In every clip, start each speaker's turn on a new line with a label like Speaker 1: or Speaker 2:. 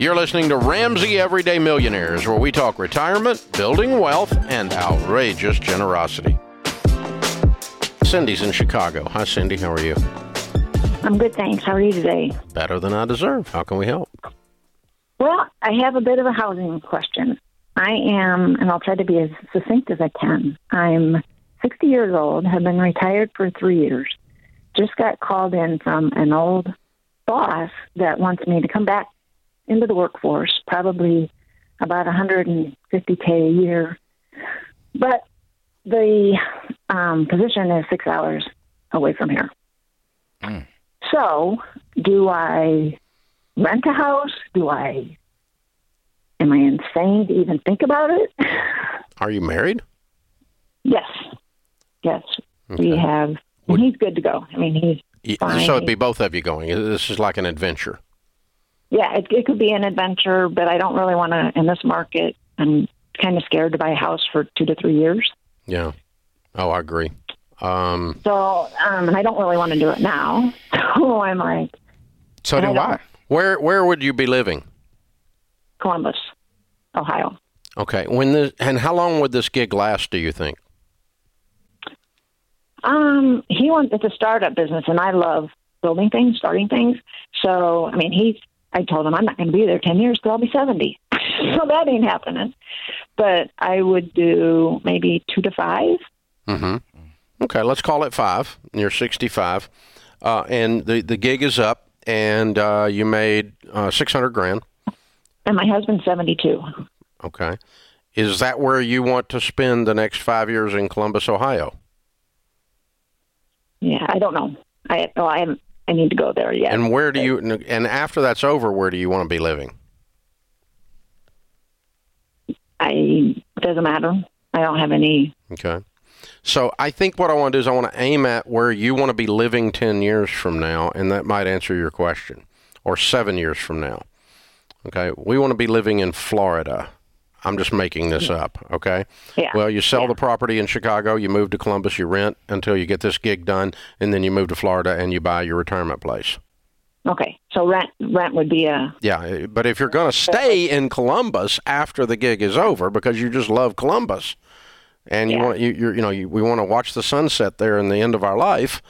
Speaker 1: You're listening to Ramsey Everyday Millionaires, where we talk retirement, building wealth, and outrageous generosity. Cindy's in Chicago. Hi, Cindy. How are you?
Speaker 2: I'm good, thanks. How are you today?
Speaker 1: Better than I deserve. How can we help?
Speaker 2: Well, I have a bit of a housing question. I am, and I'll try to be as succinct as I can. I'm 60 years old, have been retired for three years. Just got called in from an old boss that wants me to come back into the workforce, probably about 150K a year. But the um, position is six hours away from here.
Speaker 3: Mm.
Speaker 2: So, do I rent a house? Do I? Am I insane to even think about it?
Speaker 1: Are you married?
Speaker 2: yes, yes. We
Speaker 1: Okay.
Speaker 2: have. And he's good to go. I mean, he's
Speaker 1: Y-
Speaker 2: fine.
Speaker 1: So it'd be both of you going. This is like an adventure.
Speaker 2: yeah. It, it could be an adventure, but I don't really want to in this market. I'm kind of scared to buy a house for two to three years.
Speaker 1: Yeah. Oh, I agree. Um,
Speaker 2: So, um, and I don't really want to do it now. So I'm like
Speaker 3: So do
Speaker 2: I don't-
Speaker 3: I.
Speaker 1: where where would you be living?
Speaker 2: Columbus, Ohio.
Speaker 1: Okay. When the and how long would this gig last? Do you think?
Speaker 2: Um, he wants it's a startup business, and I love building things, starting things. So, I mean, he's. I told him I'm not going to be there ten years till I'll be seventy. so that ain't happening. But I would do maybe two to five.
Speaker 1: hmm Okay, let's call it five. You're 65, uh, and the the gig is up, and uh, you made uh, 600 grand.
Speaker 2: And my husband's seventy-two.
Speaker 1: Okay, is that where you want to spend the next five years in Columbus, Ohio?
Speaker 2: Yeah, I don't know. I well, I haven't. I need to go there yet.
Speaker 1: And where do you and after that's over, where do you want to be living?
Speaker 2: I doesn't matter. I don't have any.
Speaker 1: Okay. So I think what I want to do is I want to aim at where you want to be living 10 years from now, and that might answer your question, or seven years from now. Okay. We want to be living in Florida. I'm just making this up. Okay.
Speaker 2: Yeah.
Speaker 1: Well, you sell the property in Chicago, you move to Columbus, you rent until you get this gig done, and then you move to Florida and you buy your retirement place.
Speaker 2: Okay, so rent rent would be a
Speaker 1: Yeah. eh, But if you're going to stay in Columbus after the gig is over because you just love Columbus, and you
Speaker 2: Yeah.
Speaker 1: want you you're, you know you, we want to watch the sunset there in the end of our life,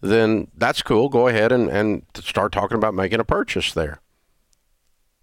Speaker 1: then that's cool. Go ahead and and start talking about making a purchase there.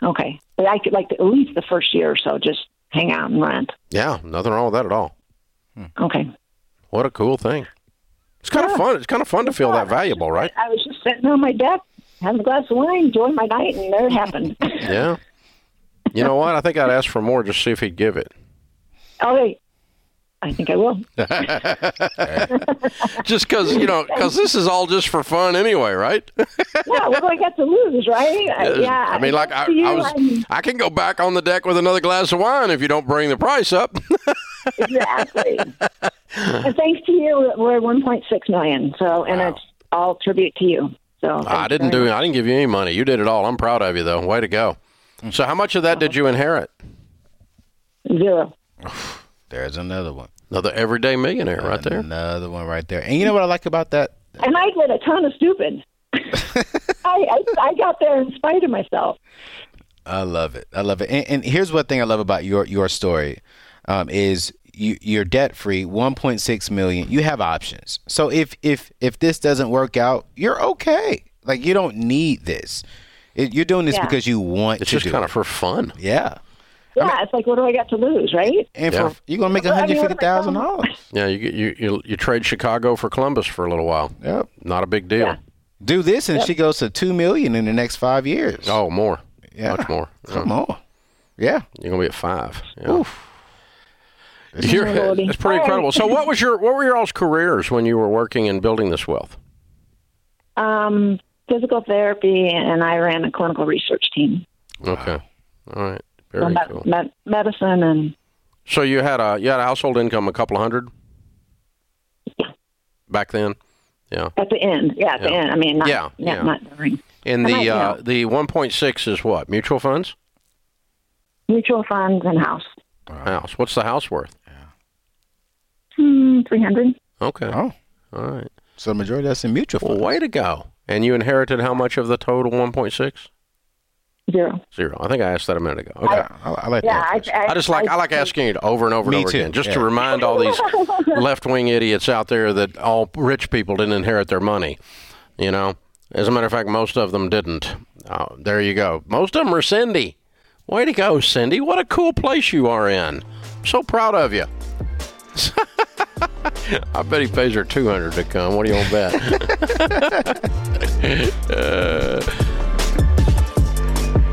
Speaker 2: okay. But I could like at least the first year or so, just hang out and rent.
Speaker 1: Yeah, nothing wrong with that at all.
Speaker 2: Okay.
Speaker 1: What a cool thing. It's kind of fun. It's kind of fun to feel that valuable, right?
Speaker 2: I was just sitting on my deck, having a glass of wine, enjoying my night, and there it happened.
Speaker 1: Yeah. You know what? I think I'd ask for more just see if he'd give it.
Speaker 2: okay. I think I will.
Speaker 1: Just because you know, because this is all just for fun anyway, right?
Speaker 2: Yeah, what do I got to lose, right? I- Uh, yeah.
Speaker 1: I mean, like I,
Speaker 2: guess to you,
Speaker 1: I was,
Speaker 2: I'm-
Speaker 1: I can go back on the deck with another glass of wine if you don't bring the price up.
Speaker 2: exactly. and thanks to you, we're 1.6 million. So, and
Speaker 1: Wow.
Speaker 2: it's all tribute to you. So
Speaker 1: I
Speaker 2: thanks
Speaker 1: didn't
Speaker 2: very
Speaker 1: do. I didn't give you any money. You did it all. I'm proud of you, though. Way to go.
Speaker 3: Mm-hmm.
Speaker 1: So, how much of that did you inherit?
Speaker 2: much. zero.
Speaker 3: There's another one.
Speaker 1: Another everyday millionaire, right
Speaker 3: Uh,
Speaker 1: there.
Speaker 3: Another one right there. And you know what I like about that?
Speaker 2: And I did a ton of stupid. I, I I got there in spite of myself.
Speaker 3: I love it. I love it. And, and here's one thing I love about your your story um, is you, you're debt free, 1.6 million. You have options. So if if if this doesn't work out, you're okay. Like you don't need this. It, you're doing this
Speaker 2: Yeah.
Speaker 3: because you want
Speaker 1: It's
Speaker 3: to
Speaker 1: just
Speaker 3: do
Speaker 1: kind
Speaker 3: it.
Speaker 1: of for fun.
Speaker 3: yeah.
Speaker 2: Yeah, it's like, what do I got to lose, right?
Speaker 3: And
Speaker 1: Yeah.
Speaker 3: for you're gonna make
Speaker 2: Well, I mean, what am I
Speaker 3: $150,000.
Speaker 1: Yeah, you get- you you you trade Chicago for Columbus for a little while.
Speaker 3: Yep.
Speaker 1: Not a big deal.
Speaker 2: Yeah.
Speaker 3: Do this and she goes to 2 million in the next 5 years.
Speaker 1: Oh, more.
Speaker 3: Yeah.
Speaker 1: Much more. Yeah.
Speaker 3: Come on. Yeah.
Speaker 1: You're gonna be at five. Yeah.
Speaker 2: You're-
Speaker 1: You're-
Speaker 2: Lordy.
Speaker 1: that's pretty incredible. So, what was your what were your all's careers when you were working and building this wealth?
Speaker 2: Um, physical therapy, and I ran a clinical research team.
Speaker 1: Okay. All right.
Speaker 2: So
Speaker 1: Very
Speaker 2: me-
Speaker 1: cool.
Speaker 2: me- medicine and
Speaker 1: So you had a you had a household income a couple of hundred
Speaker 2: Yeah.
Speaker 1: back then. Yeah.
Speaker 2: at the end, yeah, at the
Speaker 1: Yeah.
Speaker 2: end. I mean, not,
Speaker 1: Yeah,
Speaker 2: not,
Speaker 1: yeah.
Speaker 2: not during
Speaker 1: And
Speaker 2: I might
Speaker 1: the uh,
Speaker 2: know.
Speaker 1: the 1.6 is what mutual funds
Speaker 2: mutual funds and house.
Speaker 1: house. What's the house worth?
Speaker 2: Hmm, three hundred.
Speaker 1: Okay.
Speaker 3: Oh.
Speaker 1: All right.
Speaker 3: So the majority of that's in mutual
Speaker 1: Well,
Speaker 3: funds.
Speaker 1: way to go. And you inherited how much of the total 1.6?
Speaker 2: Zero.
Speaker 1: Zero. I think I asked that a minute ago. Okay.
Speaker 3: I, I like
Speaker 2: Yeah,
Speaker 3: that.
Speaker 2: I,
Speaker 3: question.
Speaker 2: I,
Speaker 1: I just like I, like asking it over and over and
Speaker 3: Me
Speaker 1: over
Speaker 3: too,
Speaker 1: again, just to
Speaker 3: yeah.
Speaker 1: remind all these left wing idiots out there that all rich people didn't inherit their money. You know, as a matter of fact, most of them didn't. Oh, there you go. Most of them are Cindy. Way to go, Cindy! What a cool place you are in. So proud of you. I bet he pays her two hundred to come. What do you want to bet?